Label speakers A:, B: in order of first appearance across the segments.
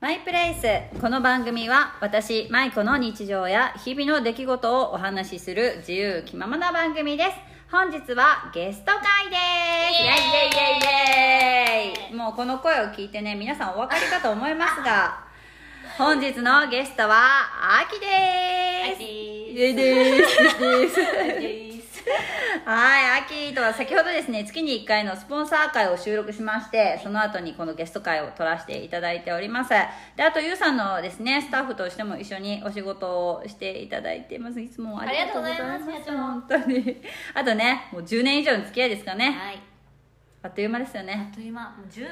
A: マイプレイスこの番組は私マイコの日常や日々の出来事をお話しする自由気ままな番組です本日はゲスト会ですイエイイエイイエイイエイもうこの声を聞いてね皆さんお分かりかと思いますが本日のゲストはアキですイエイですイエイですはい、秋とは先ほどですね、月に1回のスポンサー会を収録しまして、その後にこのゲスト会を取らせていただいております。で、あと、ゆうさんのですね、スタッフとしても一緒にお仕事をしていただいてます。いつもありがとうございます。
B: ありがとうございま
A: 本当に。あとね、もう10年以上の付き合いですかね。
B: はい。
A: あっという間ですよ
B: あ
A: ね。
B: っという間、もう十十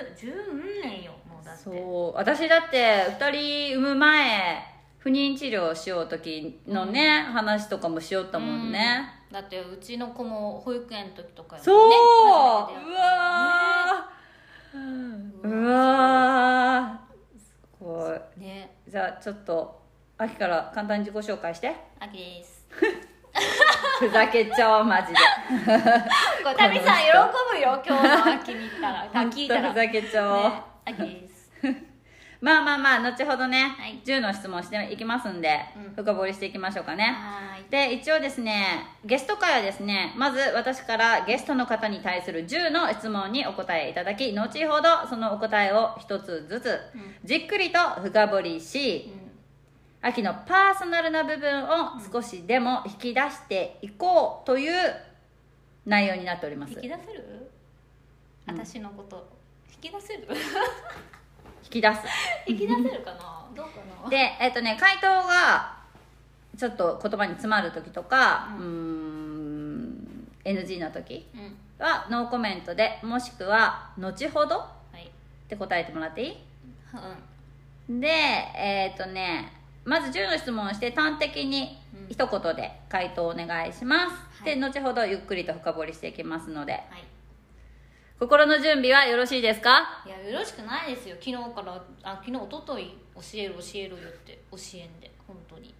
B: 年よ、もうだって。
A: そう、私だって、2人産む前、不妊治療しよう時のね、話とかもしよったもんね。
B: うん。だってうちの子も保育園の時とかよね
A: そう、
B: 初めて
A: う
B: 出会った
A: わーうわーすごい
B: のねね、
A: じゃあちょっと秋から簡単に自己紹介 して
B: あきです。
A: ふざけちゃおうマジで
B: これタミさん喜ぶよ、今日 のあきに行ったら、聞いた
A: ほ
B: ら。
A: んとふざけちゃおう、
B: ね、あきです。
A: まあまあまあ後ほどね、
B: はい
A: 10の質問していきますんで、
B: うん
A: 深掘りしていきましょうかね、
B: はーい。
A: で一応ですねゲスト会はですねまず私からゲストの方に対する10の質問にお答えいただき後ほどそのお答えを一つずつ
B: うん
A: じっくりと深掘りし秋のパーソナルな部分を少しでも引き出していこうという内容になっております
B: 引き出せる？
A: うん
B: 私のこと引き出せる？
A: 引き出す
B: 引き出せるかな？どうかな？
A: でえっとね回答がちょっと言葉に詰まる時とかう
B: う
A: ーん NG の時
B: うん。
A: はノーコメントでもしくは後ほど
B: はい。
A: って答えてもらっていい
B: うん。
A: でえっ、とねまず10の質問をして端的に
B: うん
A: 一言で回答お願いします、
B: は
A: で
B: い
A: 後ほどゆっくりと深掘りしていきますので
B: はい。
A: 心の準備はよろしいですか
B: いやよろしくないですよ昨日からあ昨日一昨日教える教えるよって教えんで本当 に
A: い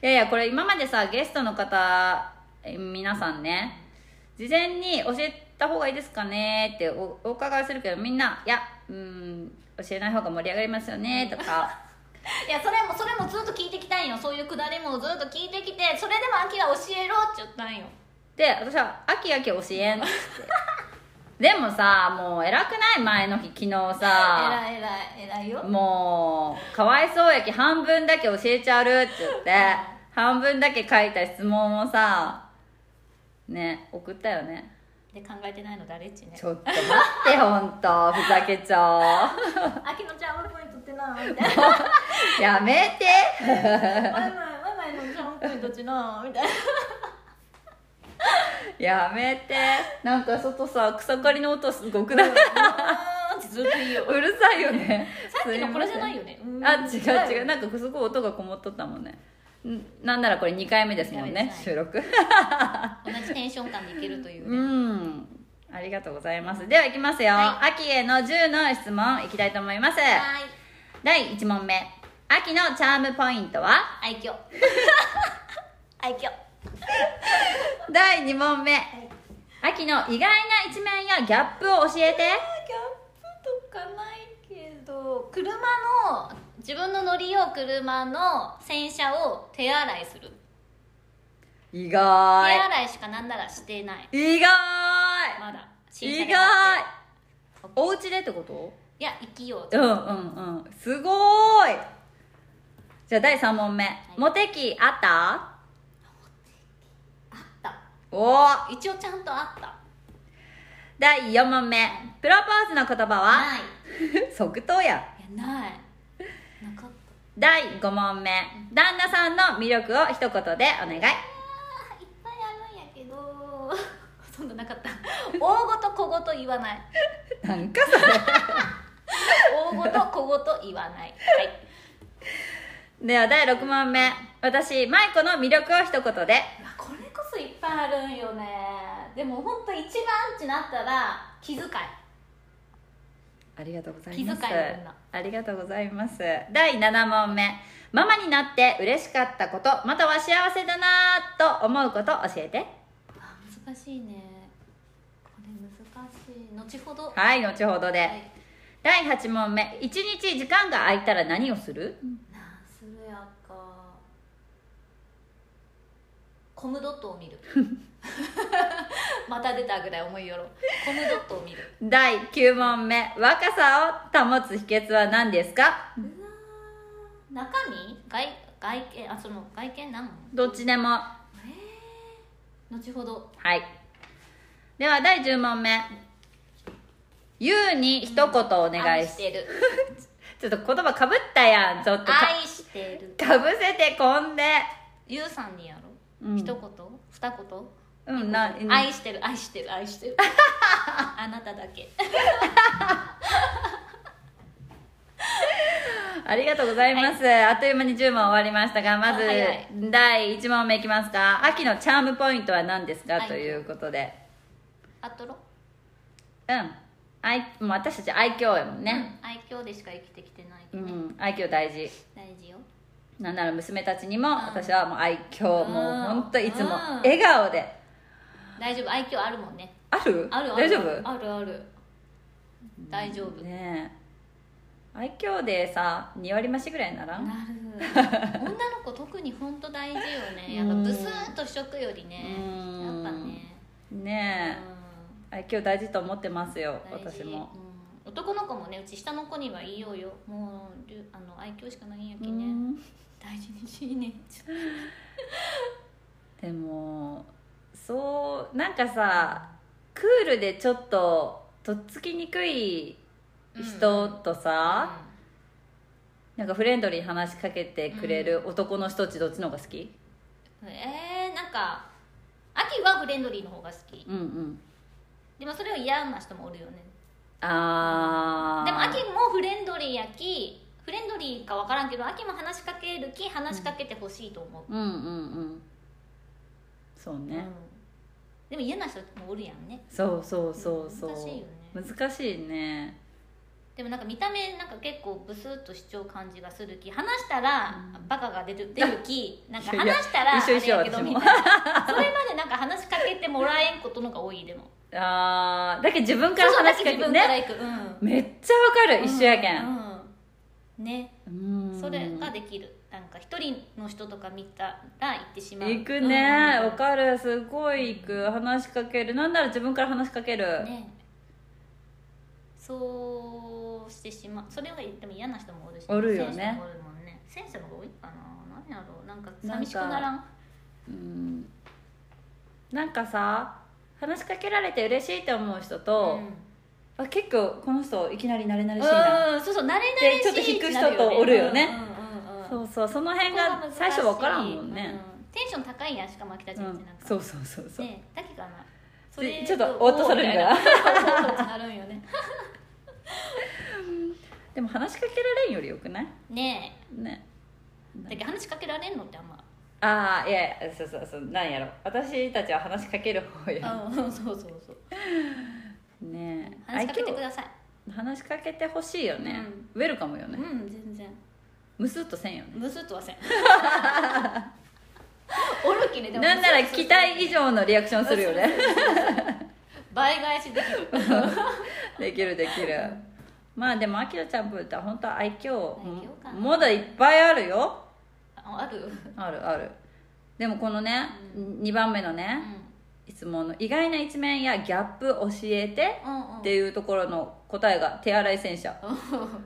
A: やいやこれ今までさゲストの方え皆さんね事前に教えた方がいいですかねっておお伺いするけどみんないやうーん教えない方が盛り上がりますよねと か
B: いやそれもそれもずっと聞いてきたんよそういうくだりもずっと聞いてきてそれでも秋は教えろって言ったんよ
A: で私は「秋秋教えん」ってでもさもう偉くない前の日昨日 さ
B: えらいえらいえらいよ
A: もうかわいそうやき半分だけ教えちゃうるって言って半分だけ書いた質問をさね送ったよね
B: で考えてないの誰っちね
A: ちょっと待ってほんとふざけちゃ
B: 秋のちゃん俺ポイントってなみたい
A: おうやめて
B: なマイマイマイのちゃんポイントってなみたいな
A: やめてなんか外さ草刈りの音すごくない、
B: うーんってずっと言いよ
A: うるさいよね
B: さっきのこれじゃない
A: よ
B: よねうーん
A: あ違う違う
B: な
A: なんかすごい音がこもっとったもんねんなんならこれ2回目ですもん
B: 二回目
A: ね
B: です
A: 収録
B: 同じテンション感でいけるという
A: う
B: ね
A: ん。ありがとうございます。では行きますよ。
B: は
A: 秋への10の質問いきたいと思います。
B: は
A: 第1問目。秋のチャームポイントは
B: ーい愛 嬌愛嬌
A: 第2問目。秋の意外な一面やギャップを教えて。
B: ギャップとかないけど車の自分の乗りよう車の洗車を手洗いする
A: 意
B: 手
A: 外。
B: 洗いしかなんならしてない
A: 意外。
B: まだ
A: 意
B: が
A: 外。
B: OK
A: お家でってこと
B: いや生きよう
A: うんうんうん。すごーい。じゃあ第3問目。モテ期あった
B: あった
A: おー。
B: 一応ちゃんとあった
A: 第4問目。プロポーズの言葉は
B: ない
A: 即答や
B: いやないなかった
A: 第5問目旦那さんの魅力を一言でお願い
B: いっぱいあるんやけど そんななかった大ごと小言言わない
A: なんかそ
B: 大ごと小言言わないはい
A: れでは第6問目私舞子の魅力を一言で
B: まあこれこそいっぱいあるんよねでも本当一番ってなったら気遣い
A: ありがとうございます
B: 気遣いの女
A: ありがとうございます第7問目ママになって嬉しかったことまたは幸せだなぁと思うこと教えて
B: あ難しいねこれ難しい後ほど
A: はい後ほどで、
B: はい
A: 第8問目1日時間が空いたら何をする
B: なするやかコムドットを見る また出たぐらい思いよろコムドットを見る
A: 第9問目若さを保つ秘訣は何ですか
B: うわー中身外外見あその外見なの
A: どっちでもは
B: えー、後ほど
A: いでは第10問目「ゆうに一言お願い
B: 愛し
A: し」
B: てる
A: ちょっと言葉かぶったやんちょっとか
B: 愛してる
A: かぶせてこんで
B: ゆうさんにやろう、
A: うん
B: 一言二言
A: うんな
B: 愛してる愛してる愛し てるあなただけ
A: ありがとうございます、あっという間に10問終わりましたがまず
B: あ早い
A: 第1問目いきますか秋のチャームポイントは何ですか、
B: はい
A: ということで
B: あとろ
A: うん愛もう私たち愛嬌やもんね、
B: うん愛嬌でしか生きてきてないけ
A: う
B: ど
A: ん
B: ね、
A: 愛嬌大事
B: 大事よ
A: なんなら娘たちにも
B: ん
A: 私はもう愛嬌もう
B: うん
A: 本当いつも
B: うん
A: 笑顔で
B: 大丈夫愛嬌あるもんね
A: ある
B: あるある
A: 大丈夫
B: あるある大丈夫、
A: ねえ愛嬌でさ2割増しぐらいならん
B: なる女の子特に本当大事よねやっぱ
A: うん
B: ブスーンとしとくよりね
A: うん
B: やっぱね
A: ねえ、愛嬌大事と思ってますよ
B: うん大事
A: 私も
B: うん男の子もねうち下の子には言いようよもうりゅあの愛嬌しかないんやけ
A: う
B: ね
A: ん
B: 大事にしいねちょっ
A: でもそうなんかさクールでちょっととっつきにくい人と
B: と
A: さ、なんかフレンドリーに話しかけてくれる男の人っちどっちの方が好き
B: うんえー、なんか秋はフレンドリーの方が好き
A: うんうん
B: でもそれを嫌な人もおるよね
A: あー
B: でも秋もフレンドリーやきフレンドリーか分からんけど秋も話しかけるき話しかけてほしいと思
A: うんうんうんそう
B: う、
A: ね、
B: でも嫌な人もおるやんね
A: そうそうそうそう
B: 難しいよね
A: 難しいね
B: でもなんか見た目なんか結構ブスッとしちゃう感じがするき話したら
A: うん
B: バカが出る出る きなんか
A: いや
B: 話したら
A: 一緒一緒
B: あれやけど
A: 私も
B: みたいなそれまでなんか話しかけてもらえんことのが多いでも
A: あーだけど自分から
B: そう
A: 話しかけ
B: だけ
A: て
B: 自分から
A: ね
B: 行く、
A: めっちゃわか
B: うん
A: る一緒やけ、
B: うんうんね
A: うん
B: それができるなんか一人の人とか見たら行ってしまう
A: 行くね
B: うん
A: わかるすごい行く話しかけるなんなら自分から話しかける、
B: ねそうしてしまうそれがでも嫌な人もおるし
A: おるよね
B: 選手もおるもんね選手の方が多いかな何やろうなんか寂しくならん
A: うんなんかさ話しかけられて嬉しいって思う人と
B: うん、
A: あ結構この人いきなり慣れ慣れしいな、
B: うんそうそう慣れ慣
A: で
B: れしい
A: ちょっと引く人とおるよね
B: うんうんうんうん
A: そうそうその辺
B: ここ
A: が
B: 難しい
A: 最初わからんもんね、
B: うテンション高いやんしかも秋田
A: う
B: 人
A: ん
B: ってなんか、
A: そうそうそうそう、
B: ねだけかなそ
A: で
B: れ
A: ちょっとおっとするんだ
B: おーみたいなそうそうそうなるんよね
A: でも話しかけられんよりよくない
B: ね
A: ね
B: えだけど話しかけられんのってあんま
A: ああいやいやそうそうそうなんやろ私たちは話しかける方や
B: うんそうそうそう
A: ねえ
B: 話しかけてください
A: 愛嬌話しかけてほしいよね、ウェルカムよね、
B: うん全然
A: むすっとせんよね
B: むすっ とはせんおるきねでも
A: なんなら期待以上のリアクションするよね
B: 倍返しできる
A: できるできるまあでもあきらちゃんぶーた本当は愛嬌
B: 嬌かな
A: まだいっぱいあるよ
B: あある
A: あるあるでもこのね、2番目の
B: う
A: ね
B: ん
A: 質問の意外な一面やギャップ教えて
B: うんうん
A: っていうところの答えが手洗い洗車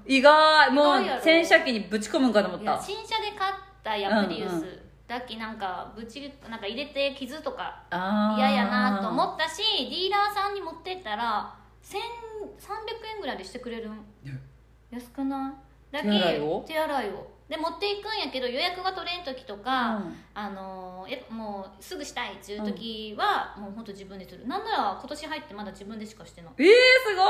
A: 意外も
B: 意外や
A: う
B: ろ
A: 洗車機にぶち込むんかと思っ
B: いや
A: た
B: 新車で買ったやプリウス、
A: うんう
B: だっきなんかぶちなんか入れて傷とか
A: あー
B: 嫌やなと思ったしディーラーさんに持ってったら1300円ぐらいでしてくれるん安くないだけ
A: 手洗いを
B: 手洗いをで持っていくんやけど予約が取れん時とか、
A: うん
B: あのーやっぱもうすぐしたいっていう時は、もう本当自分でするなんなら今年入ってまだ自分でしかしてない
A: えー、すごい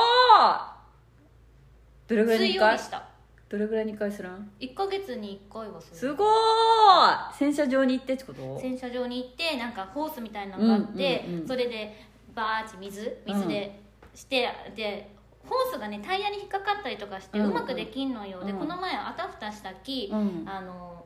A: どれぐらいに
B: 水
A: 1
B: 曜
A: 回
B: 日した
A: どれぐらいに1回するん
B: 1か月に1回はす
A: す
B: る
A: ごーい洗車場に行ってってこと
B: 洗車場に行ってなんかホースみたいなのがあって、
A: うんうんうん
B: それでバーッて水水でして、でホースがねタイヤに引っかかったりとかして
A: うんう
B: うんまくできんのよ、で
A: うん
B: この前あたふたしたき、
A: うん
B: あの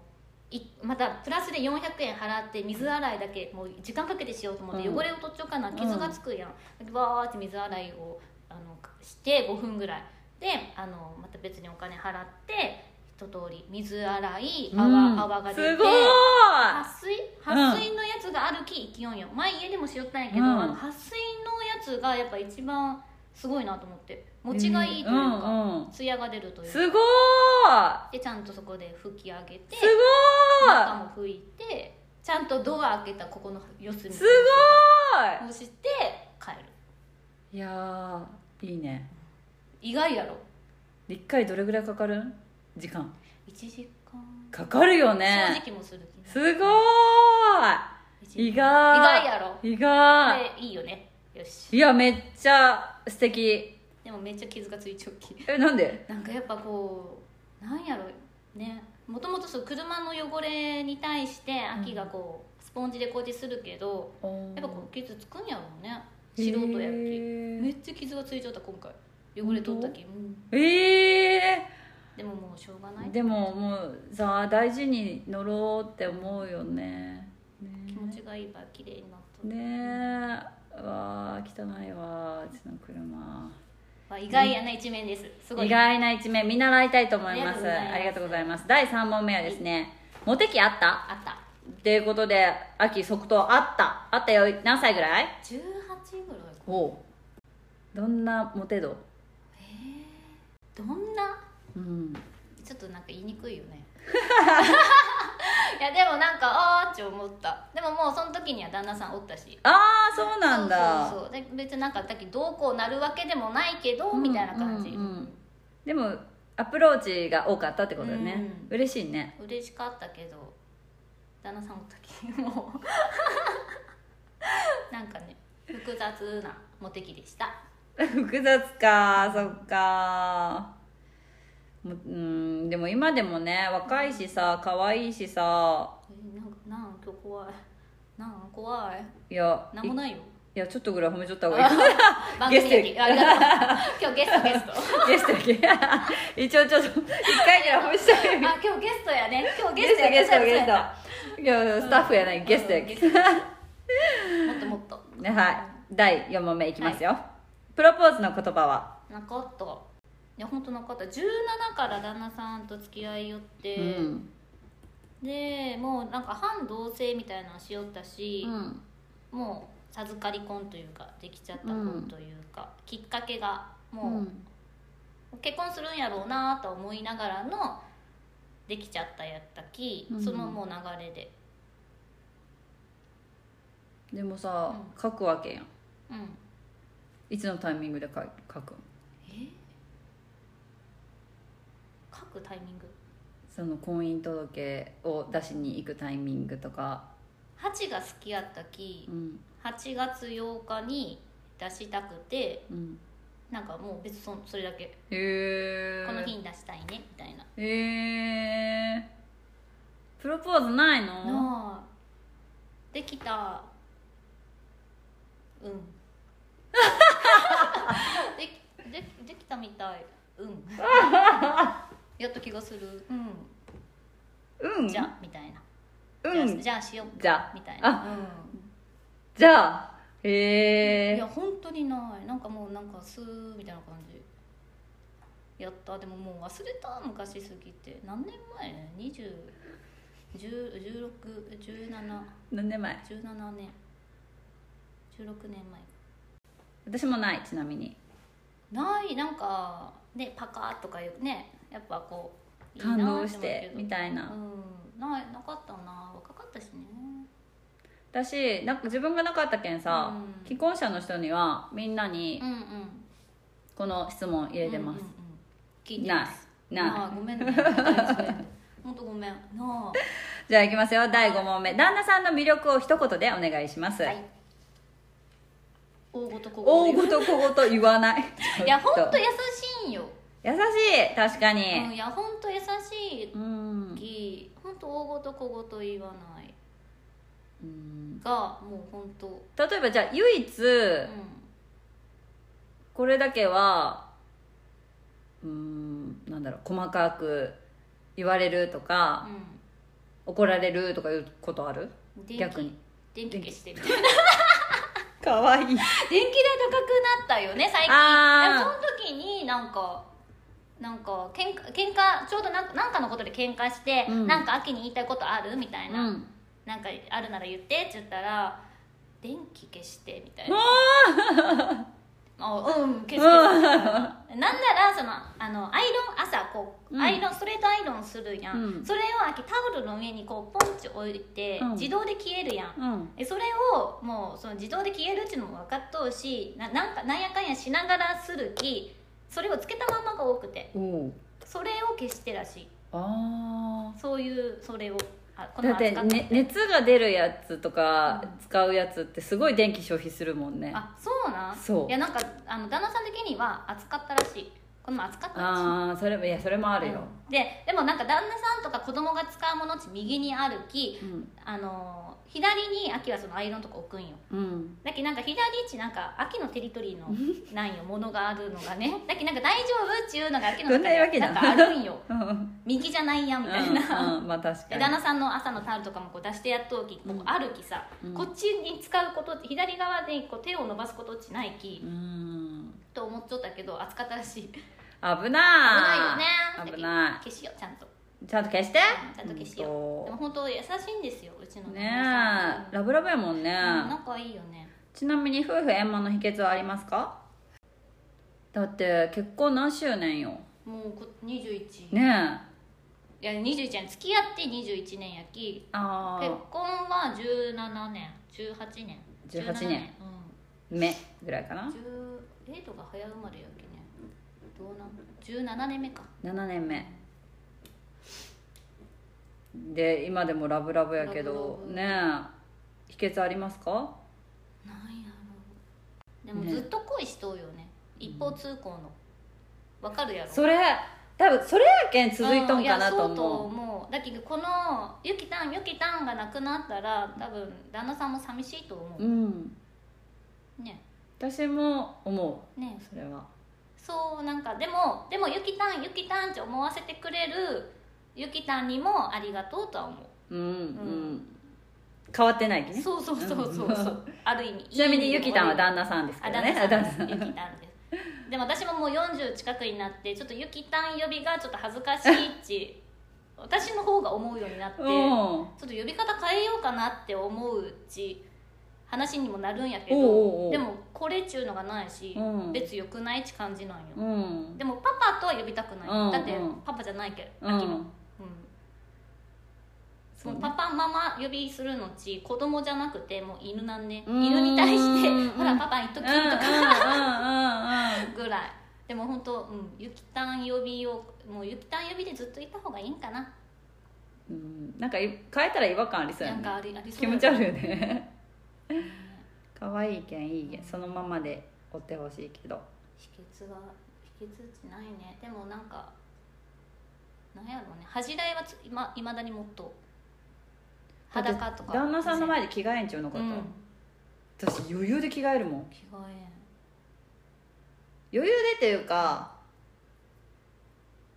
B: いまたプラスで400円払って水洗いだけもう時間かけてしようと思って
A: うん
B: 汚れを取っちゃおうかな傷がつくやん、バーって水洗いをあのして5分ぐらいであのまた別にお金払って一通り水洗い
A: うん
B: 泡,、泡が出て
A: すごい
B: 撥水撥水のやつがあるき勢いよ前家でもしよったんやけど、
A: うん
B: あの撥水のやつがやっぱ一番すごいなと思って持ちがいいというか、
A: んうん
B: ツヤが出るというか
A: すごー
B: でちゃんとそこで拭き上げて
A: いすご
B: 中
A: ー
B: も拭いてちゃんとドア開けたここの四隅
A: いす
B: をして帰る
A: ごいいやーいいね
B: 意外やろ
A: 一回どれぐらいかかるん時間
B: 1時間
A: かかるよね
B: 掃除機もする気ね
A: すご
B: 一
A: 意外
B: 時間意外やろ
A: ーい意外
B: でいいよねよし
A: いやめっちゃ素敵
B: でもめっちゃ傷がついちゃうき
A: えなんで
B: なんかやっぱこうなんやろねもともとそう車の汚れに対して秋がこうスポンジで工事するけどやっぱこう傷つくんやろうね素人やっきめ
A: え
B: っちゃ傷がついちゃった今回汚れ取ったき、うん
A: ーえ
B: でももうしょうがない
A: ーでももうさあ大事に乗ろうって思うよねね
B: 気持ちがいいば綺麗になった、
A: ねえわあ汚いわうちの車
B: まあ、意外やな一面ですすごい
A: 意外な一面見習いたいと思いますあ
B: あ
A: り
B: り
A: がと
B: がと
A: うござ
B: うござ
A: い
B: い
A: ま
B: ます
A: 第3問目はですねモテ期あった
B: あった
A: っていうことで秋即答あったあったよ何歳ぐらい
B: 18ぐらいか
A: おうどんなモテ度
B: えー、どんな
A: うん
B: ちょっとなんか言いにくいよ ねいやでもなんかああって思ったでももうその時には旦那さんおったし
A: ああそうなんだ
B: そうそうそうで別になんかだっきどうこうなるわけでもないけど、
A: うん
B: みたいな感じ、
A: うんうんでもアプローチが多かったってことだよね、
B: う
A: 嬉しいね
B: 嬉しかったけど旦那さんおったき もうなんかね複雑なモテ期でした
A: 複雑かそっかもううんでも今でもね若いしさ可愛いしさ
B: えなんかなん今日怖いなん怖い
A: いや
B: なんもないよ
A: いやちょっとぐらい褒めちゃった方がいい
B: 番
A: ゲ
B: 組
A: スト
B: 的ありがとう今日ゲストゲスト
A: ゲストだけ 一応ちょっと一回ぐらい褒めちゃう
B: あ今日ゲストやね今日
A: ゲ
B: ゲス
A: スト
B: トや
A: ゲストゲス
B: ト
A: トいやスタッフやないゲストやけ
B: もっともっと
A: ねはい第4問目いきますよ、プロポーズの言葉は
B: なかったいや本当なかった17から旦那さんと付き合いよって、
A: うん
B: でもうなんか半同棲みたいなのしよったし
A: う、ん
B: もう授かり婚というかできちゃった婚というか、きっかけが
A: う
B: もう、
A: ん
B: 結婚するんやろうなと思いながらのできちゃったやったき、
A: うん
B: そのもう流れで
A: でもさ
B: う
A: 書くわけやん
B: うん
A: いつのタイミングで書い書くん
B: え書くタイミング
A: その婚姻届を出しに行くタイミングとか、
B: 8が好きやったき
A: うん
B: 8月8日に出したくて
A: うん、
B: なんかもう別にそそれだけ
A: へえ
B: この日に出したいねみたいな
A: へえプロポーズないの
B: なあできた うんできできできたみたいうん やっと気がするうん
A: うん
B: じゃあみたいな、
A: う
B: じゃあ
A: ん
B: じゃあしようか
A: じゃあ
B: みたいな
A: じゃあ
B: うん、
A: へ
B: い
A: え
B: や本当にないなんかもうなんかスーみたいな感じやったでももう忘れた昔すぎて何年前ね20 10 16 17
A: 何年前
B: 17年16年前
A: 私もないちなみに
B: ないなんかねパカッとかいうねやっぱこういいな
A: 感動し
B: って
A: て
B: 思うけ
A: み
B: ど
A: たいな
B: うんないなかったな若かったしね
A: 私なんか自分がなかったけんさ、
B: うん
A: 既婚者の人にはみんなに
B: うんうん
A: この質問入れてます
B: うんうん、うん聞いてます
A: ない
B: あごめんね本当ごめんなあ
A: じゃあいきますよ第5問目旦那さんの魅力を一言でお願いします、
B: はい大ごと小
A: 大
B: 言
A: 言と小言言わない
B: いや本当
A: 優
B: 優しいんよ、
A: しい確か
B: うん、
A: に
B: いや本当優し
A: うん
B: いき本当大ごと小言言わない
A: うん
B: がもう本当
A: 例えばじゃあ唯一
B: うん
A: これだけはうんなんだろう細かく言われるとか
B: う
A: 怒られるとかいうことある
B: ん、電気
A: 逆に
B: 電気消してみたいな
A: かわいい
B: 電気代高くなったよね最近
A: あー
B: でもその時になんかなんか喧嘩喧嘩ちょうどなんかなんかのことで喧嘩して、
A: うん
B: なんか秋に言いたいことあるみたいな、
A: うん
B: なんかあるなら言ってって言ったら「電気消して」み たいな。あうん消してなんならそのあのアイロン朝こ
A: うん
B: うアイロン、ストレートアイロンするやん、
A: うん
B: それをあきタオルの上にこうポンチ置いて、
A: うん
B: 自動で消えるやん、
A: うん
B: えそれをもうその自動で消えるっていうのも分かっとうしななんかなんやかんやしながらするきそれをつけたまんまが多くて
A: おう
B: それを消してらしい
A: あ
B: そういうそれをあこ
A: ーだって、
B: 扱
A: ね、熱が出るやつとか
B: うん
A: 使うやつってすごい電気消費するもんねあ
B: あそうなん
A: そう
B: いやなんかあの旦那さん的には扱ったらしいこの前扱ったらしい
A: あーそれもいやそれもあるよ、
B: ででもなんか旦那さんとか子供が使うものっち右にあるき
A: うん
B: あのー左に秋はそのアイロンとか置くんよ
A: うん
B: だけなんか左っちなんか秋のテリトリーのなんよものがあるのがねだけなんか大丈夫っちゅうのが秋の
A: どんなわけだ
B: なんかあるんよ
A: うんうん
B: 右じゃないやみたいな、
A: うんまあ確か
B: で
A: に
B: 旦那さんの朝のタオルとかもこう出してやっとうきこうあるきさ、
A: うん
B: こっちに使うことって左側でこう手を伸ばすことっちないき、
A: うん
B: と思っちゃったけど扱ったらしい
A: 危ない危
B: 危ないよね
A: 危な
B: 消しようちゃんと
A: いちゃんと消して
B: ちゃんと消しよう
A: ほん
B: で
A: と
B: も本当優しいんですようちの旦
A: ね
B: 那
A: え
B: さん
A: ラブラブやもんね、
B: うん仲いいよね
A: ちなみに夫婦円満の秘訣はありますかだって結婚何周年よ
B: もうこ21、
A: ねえ
B: いや21年付き合って21年やき
A: あ
B: 結
A: あ
B: 婚は17年18年
A: 18年
B: う
A: 目ぐらいか
B: ん
A: な
B: 10えとが早生まれやきねどうなん17年目か
A: 7年目で今でもラブラブやけど
B: ラブラブ
A: ねえ秘訣ありますか
B: なんやろでもずっと恋しとうよね一方通行のわかるやろ
A: それ多分それやけん続いとんかなと
B: うんいやそうと
A: 思う
B: 思うだけどこのゆきたんゆきたんが亡くなったら多分旦那さんも寂しいと思
A: うん
B: うね
A: 私も思
B: ね
A: うそれは
B: そうなんかでもでもゆきたんゆきたんって思わせてくれるゆきたんにもありがとうとは思う
A: うんうん、
B: ん
A: 変わってないきね
B: そうそうそうそうそう
A: う
B: ある意味
A: ちなみにゆきたんは
B: だ
A: 旦那さんですけ
B: あ
A: ど
B: 旦
A: ね
B: 那さんです
A: あ
B: ゆきたんですでも私ももう40近くになってちょっとゆきたん呼びがちょっと恥ずかしいっ ち私の方が思うようになって
A: 旦那さんうん
B: ちょっと呼び方変えようかなって思ううち話にもなるんやけ
A: お
B: ど
A: うおうおう
B: でもこれっちゅうのがないし、
A: うん
B: 別よくないっち感じなんよ、
A: うん
B: でもパパとは呼びたくない、
A: うんうん
B: だってパパじゃないけど、
A: う
B: 秋のうん
A: ん
B: そのパパママ呼びするのち子供じゃなくてもう犬なんね
A: うん
B: 犬に対して
A: うん
B: 「ほらパパ行っと
A: う
B: き」と
A: ん
B: か
A: うんうん
B: ぐらいでも本当うんゆきたん呼びをもうゆきたん呼びでずっといた方がいいんかな
A: うんうんなんかい変えたら違和感ありそうや
B: なん
A: ね
B: かありありそう
A: 気持ち悪いよね可愛いけんいいけんそのままでおってほしいけど
B: 秘訣は秘訣ってないねでもなんかなんやろうね恥じらいはついまいまだにもっと裸とか
A: 旦那さんの前で着替えんちゅうのこ
B: う
A: と、
B: ん
A: 私余裕で着替えるもん
B: 着替え
A: 余裕でっていうか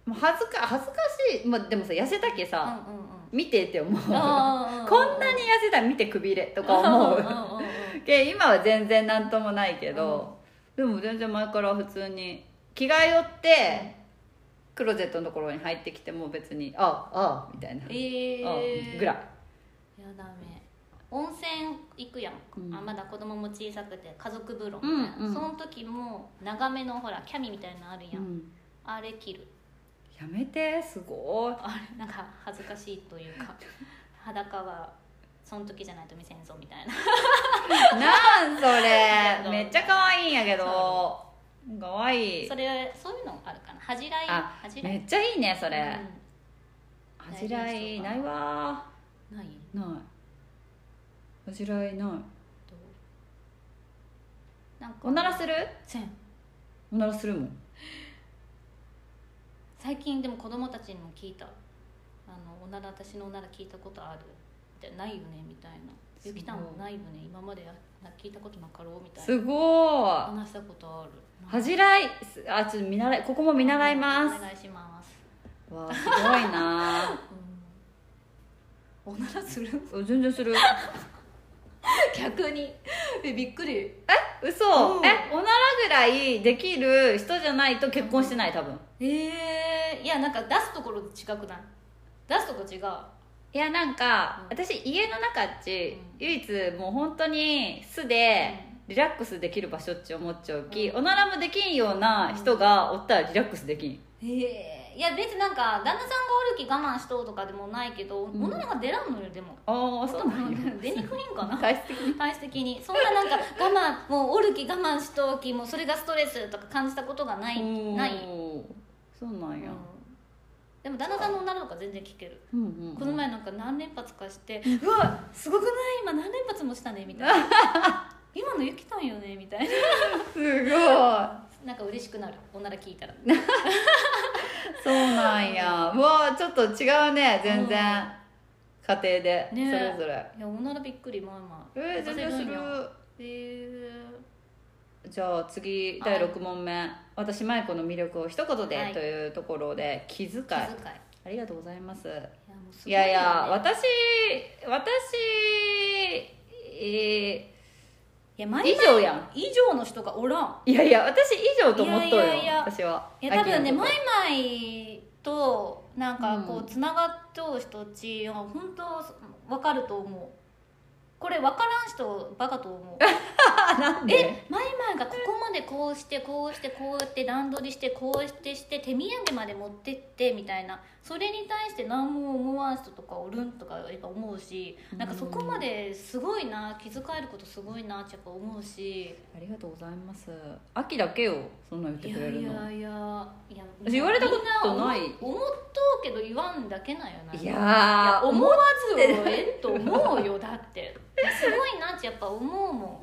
A: もう恥ずか恥ずかしい、まあ、でもさ痩せたけ
B: ん
A: さ、
B: うんうんうん
A: 見てって思う こんな
B: あー
A: に痩せたら見てくびれとか思
B: んん
A: うん
B: うん
A: け今は全然何ともないけど、でも全然前から普通に着替え寄ってクローゼットのところに入ってきても別にあああみたいな、
B: えー
A: あぐらい
B: やだめ温泉行くやん、
A: うん
B: あまだ子供も小さくて家族風呂みたいな、
A: うんうん
B: その時も長めのほらキャミみたいなのあるやん、
A: うん
B: あれ着る
A: やめてすごい
B: あれなんか恥ずかしいというか 裸はその時じゃないと見せんぞみたいな
A: なんそれめっちゃ可愛いんやけど可愛い
B: それそういうのあるかな恥じらい
A: あ
B: 恥じらい
A: めっちゃいいねそ
B: そ
A: れ、恥じらいないわ
B: ない
A: ない恥じらいない
B: どうなんか
A: おならする
B: せん
A: おならするもん
B: 最近でも子供たちにも聞いた「あのおなら私のおなら聞いたことある」みたいな「ないよね」みたいな「
A: す
B: ゆ
A: ごい
B: きたんもないよね今までやな聞いたことなかろう」みたいな
A: すごい
B: 話したことある
A: 恥じらいすあちょっと見習いここも見習いま
B: お
A: す
B: 願いします、
A: わあすごいな
B: うんおならする
A: あ全然する
B: 逆にえびっくり
A: え嘘、
B: うん
A: えおならぐらいできる人じゃないと結婚してない多分
B: えー、いやなんか出すところ違くない出すとこ違う
A: いやなんか、
B: うん
A: 私家の中っち、
B: う
A: 唯一もう本当に素でリラックスできる場所っち思っちゃうき、
B: うん
A: おならもできんような人がおったらリラックスできん、
B: えー、いや別になんか旦那さんがおるき我慢しとうとかでもないけど、
A: ん
B: 女の子が出らんのよでも
A: ああそう なんや
B: 出にくいんかな
A: 体質的に
B: 体質的にそんななんか我慢もうおるき我慢しとうきもうそれがストレスとか感じたことがないない、うん
A: おーそうなんや、
B: でも旦那さんの女の子は全然聞ける
A: うんうんうん
B: この前なんか何連発か して「うわすごくない今何連発もしたね」みたいな「今のゆきたんよね」みたいな
A: すごい
B: なんか嬉しくなるおなら聞いたら
A: そうなんやうわちょっと違うね全然、
B: うん
A: 家庭で、
B: ね
A: それぞれ
B: いやおならびっくりまあまあ
A: えー、全然す
B: 出せ
A: る
B: んやえ
A: じゃあ次
B: はい
A: 第6問目、私マイコの魅力を一言で、
B: はい
A: というところで気遣い
B: ー、気遣い
A: ありがとうございます
B: いやもうす
A: い
B: ごい
A: や
B: よね
A: いや私私、え
B: いや毎
A: ー
B: 回
A: 以上やん
B: 以上の人がおらん
A: いやいや私以上と思っとうよ
B: いやいやいや
A: 私はい
B: や多分ね
A: 秋の
B: マ
A: こ
B: イマイとなんかこ
A: うん
B: うつながっとう人っちは本当分かると思うこれ分からん人バカと思う
A: となんで
B: えマイマイがここまでこうしてこうしてこうやって段取りしてこうしてして手土産まで持ってってみたいなそれに対して何も思わん人とかおるんとかやっぱ思うしなんかそこまですごいな気遣えることすごいなってやっぱ思うし
A: ありがとうございます秋だけよそんなん言っ
B: い
A: て
B: や
A: くれる
B: い
A: の
B: やいやいや
A: 私言われたことない
B: みん思思っとうけど言わんだけなんよない
A: い
B: や
A: やー
B: 思わずをえんと思うよだってすごいなってやっぱ思うも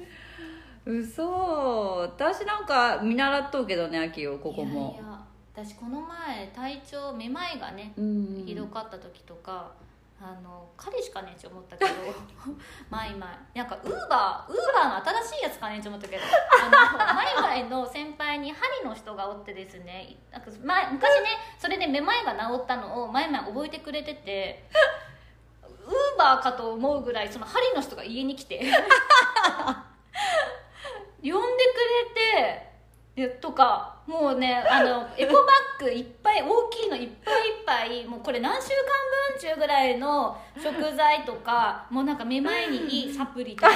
B: ん
A: 嘘私なんか見習っとうけどね秋をここも
B: いやいや私この前体調めまいがね
A: うん
B: ひどかった時とか、あの彼しかねえって思ったけ どマイマイなんかウーバーウーバーの新しいやつかねえって思ったけどあのマイマイの先輩に針の人がおってですねなんか前昔ねそれでめまいが治ったのをマイマイ覚えてくれてて ウーバーかと思うぐらいその針の人が家に来て呼んでくれてでとかもうねあ のエコバッグいっぱい大きいのいっぱいいっぱいもうこれ何週間分中ぐらいの食材とかもうなんかめまいに いいサプリとか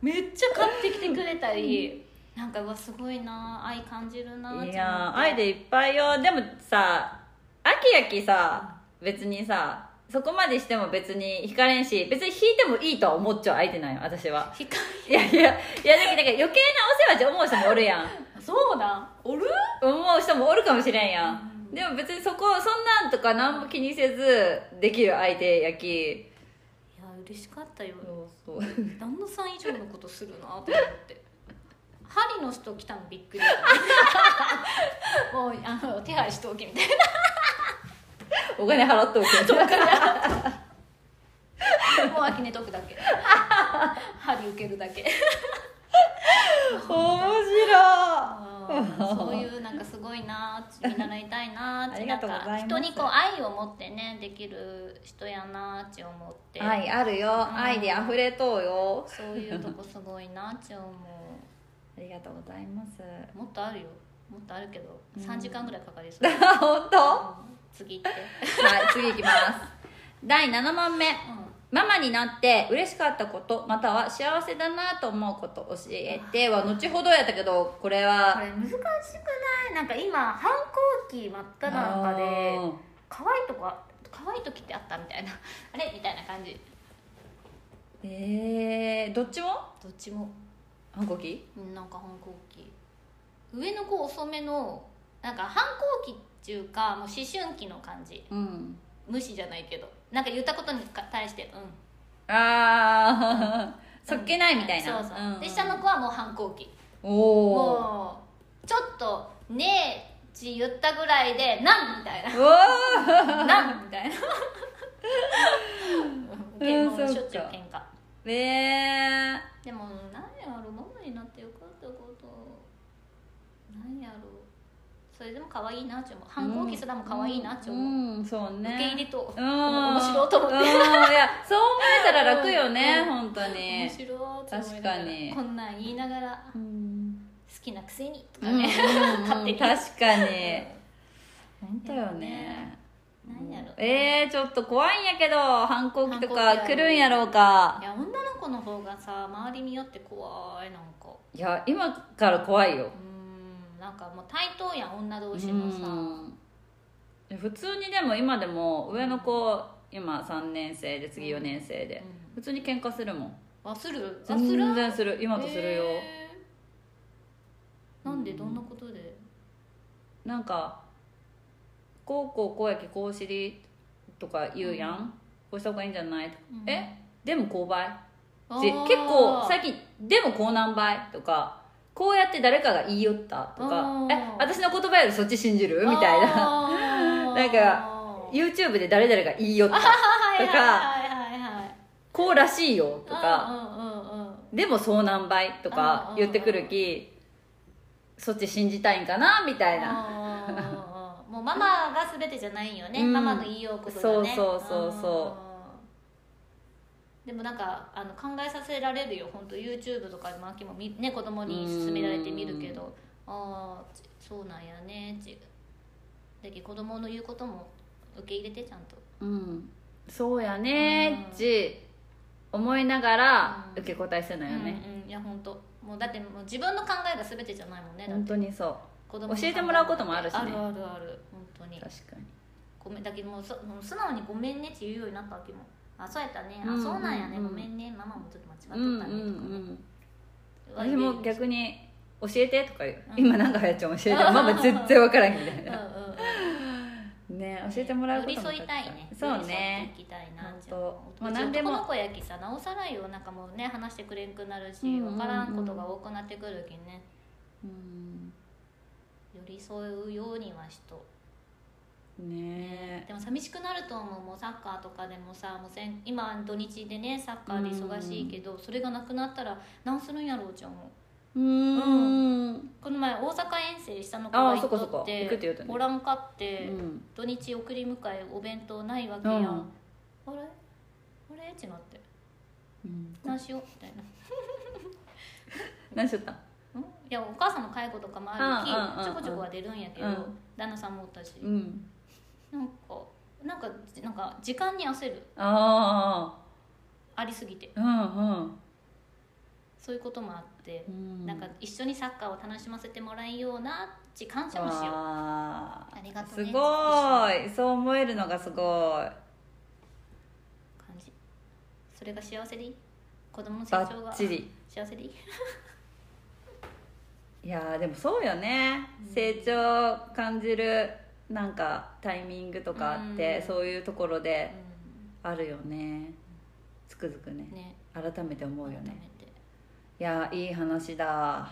B: めっちゃ買ってきてくれたりなんかうわすごいな愛感じるなって思って
A: いやー愛でいっぱいよでもさ秋やきさ別にさそこまでしても別に引かれんし別に引いてもいいとは思っちゃう相手なんよ私は
B: 光
A: いやいやいやだけどなんか余計なお世話じゃ思う人もおるやん
B: そうなんおる
A: 思う人もおるかもしれんやん、
B: うん
A: でも別にそこそんなんとか何も気にせずできる相手やき
B: いや嬉しかったよ
A: そう
B: 旦那さん以上のことするなと思って針の人来たのびっくりだねもうあの手配しておきみたいな
A: お金払っとくけど
B: もう秋寝とくだけ針受けるだけ
A: 面白い
B: あーそういうなんかすごいなー見習いたいなー
A: ありがとうございます
B: なんか人にこう愛を持ってねできる人やなーって思って、
A: 愛あるよ、
B: ん
A: 愛で溢れとうよ
B: そういうとこすごいなーって思
A: ありがとうございます
B: うもっとあるよもっとあるけど
A: うん
B: 3時間ぐらいかかりそう、
A: あ 本当は
B: 次行って
A: い次いきます第7問目
B: う
A: ママになって嬉しかったことまたは幸せだなと思うこと教えては後ほどやったけどこれは
B: ん、これ難しくないなんか今反抗期真っ只中で可愛いとこあ可愛い時ってあったみたいな あれみたいな感じ
A: あーえー、どっちも
B: どっちも
A: 反抗期
B: うんなんか反抗期上の子遅めのなんか反抗期っていうかもう思春期の感じ
A: うん
B: 無視じゃないけどなんか言ったことに対してうん
A: ああそっけないみたいな、
B: そうそう、
A: ん
B: で下の子はもう反抗期
A: おお
B: もうちょっと「ねえ」ち言ったぐらいで「なん」みたいな
A: うわー
B: 「なん」みた いなうんもうしょっちゅう喧嘩
A: ねえ
B: でも何やろママになってよかったこと何やろそれでも可愛いなって思う反抗期すらも可愛いなって思う、
A: うん、そうね
B: 受け入れと、
A: うん
B: 面白いと思って
A: うんいやそう思えたら楽よね、
B: うん
A: 本当
B: 面
A: に
B: 白いって思いながら
A: 確かに
B: こんなん言いながら
A: う
B: 好
A: ん
B: きなくせにと
A: う
B: か
A: んうん
B: ね、勝手に
A: 確かに
B: うん
A: 本当よね
B: なんやろ
A: えー、ちょっと怖いんやけど反抗期と
B: 反
A: か
B: 抗期
A: 来るんやろうか
B: いや女の子の方がさ周り見よって怖いなんか
A: いや今から怖いよ
B: うーんなんかもう対等やん女同士のさ、
A: うん普通にでも今でも上の子今3年生で次4年生で普通に喧嘩するもん
B: あするあする
A: 全然する今とするよ、
B: へーなんでどんなことで、
A: なんか「こうこうこうやきこう知り」とか言うやん、こうした方がいいんじゃない、
B: うん
A: えでもこうばい
B: あ
A: で
B: ー
A: 結構最近「でもこうなんばい」とか「こうやって誰かが言いよった」とか
B: あ
A: 「
B: ー
A: え私の言葉よりそっち信じる?」みたいな
B: あー
A: なんか YouTube で誰々が言いよった
B: はいはいはいはいはい
A: こうらしいよとか
B: うんうんうんうん
A: でもそう何倍とか言ってくるきそっち信じたいんかなみたいな
B: うんうんうんうんもうママが全てじゃないよね、
A: うん
B: ママの言いようことだね
A: そうそうそうそ
B: うんでもなんかあの考えさせられるよ本当 YouTube とかでも秋もみ、ね、子供に勧められて見るけどああそうなんやねちだけど子供の言うことも受け入れてちゃんと
A: うんそうやね
B: うん
A: っち思いながら
B: うん
A: 受け答えするのよね、
B: うんうん、いや本当もうだってもう自分の考えが全てじゃないもんねだっ
A: 本
B: て
A: 当にそう
B: 子供の考え
A: 教えてもらうこともあるしね
B: あるあるある本当に
A: 確かに
B: ごめんだけどもうそもう素直に「ごめんね」って言うようになったわけも「あそうやったね、
A: うんうん
B: あそうなんやね、
A: うん
B: ごめんねママもちょっと間違っとった
A: う
B: ね」
A: んうん
B: と
A: う
B: かね
A: ん私
B: 言われてる
A: も逆に「教えて」とか言う「
B: うん
A: 今なんかはやっちゃん教えて」ママ全然わからんみたい
B: うんう
A: なん
B: うん
A: ね教えてもらうことも
B: 寄り添いたいね
A: そうね
B: 寄り添っていきたいな
A: 本
B: じ
A: 当
B: ゃあ
A: もう
B: う
A: 何
B: 何
A: で
B: で
A: も
B: も男の子やきさなおさらよなんかもうね話してくれんくなるし、
A: うんうんうん
B: 分からんことが多くなってくるきね
A: うん
B: 寄り添うようにはしと
A: ね
B: でも寂しくなると思うもうサッカーとかでもさもうせん今土日でねサッカーで忙しいけど、それがなくなったら何するんやろうじゃんもう
A: うーん
B: この前大阪遠征下の子
A: あ
B: が
A: あ
B: 行
A: そ
B: っ
A: こそ
B: と
A: こ
B: っ
A: 行くって
B: て
A: 言うとね
B: おらんかって、
A: うん
B: 土日送り迎えお弁当ないわけ
A: う
B: やん、
A: ん
B: あれあれってなって
A: うん
B: 何しようみたいな
A: 何しよったん
B: んいやお母さんの介護とかもある
A: うんうんうんうん
B: きちょこちょこは出るんやけど、
A: うん
B: 旦那さんもおったし、
A: うん
B: なんかなんかなんか時間に焦る
A: あ
B: ありすぎて
A: あうん
B: そういうこともあって
A: う、ん
B: なんか一緒にサッカーを楽しませてもらえんようなって感謝もしようあ
A: ああ
B: りがとう
A: す
B: ね
A: ご
B: い
A: いそう思えるのがすごい
B: 感じそれが幸せでいい子供の成
A: バ
B: 長が
A: ッチリ
B: 幸せでいい
A: いやーでもそうよね、成長感じるなんかタイミングとかって、
B: うん
A: そういうところであるよねつくづくね
B: ね
A: 改めて思うよ
B: 改め
A: ね
B: て
A: いやーいい話だ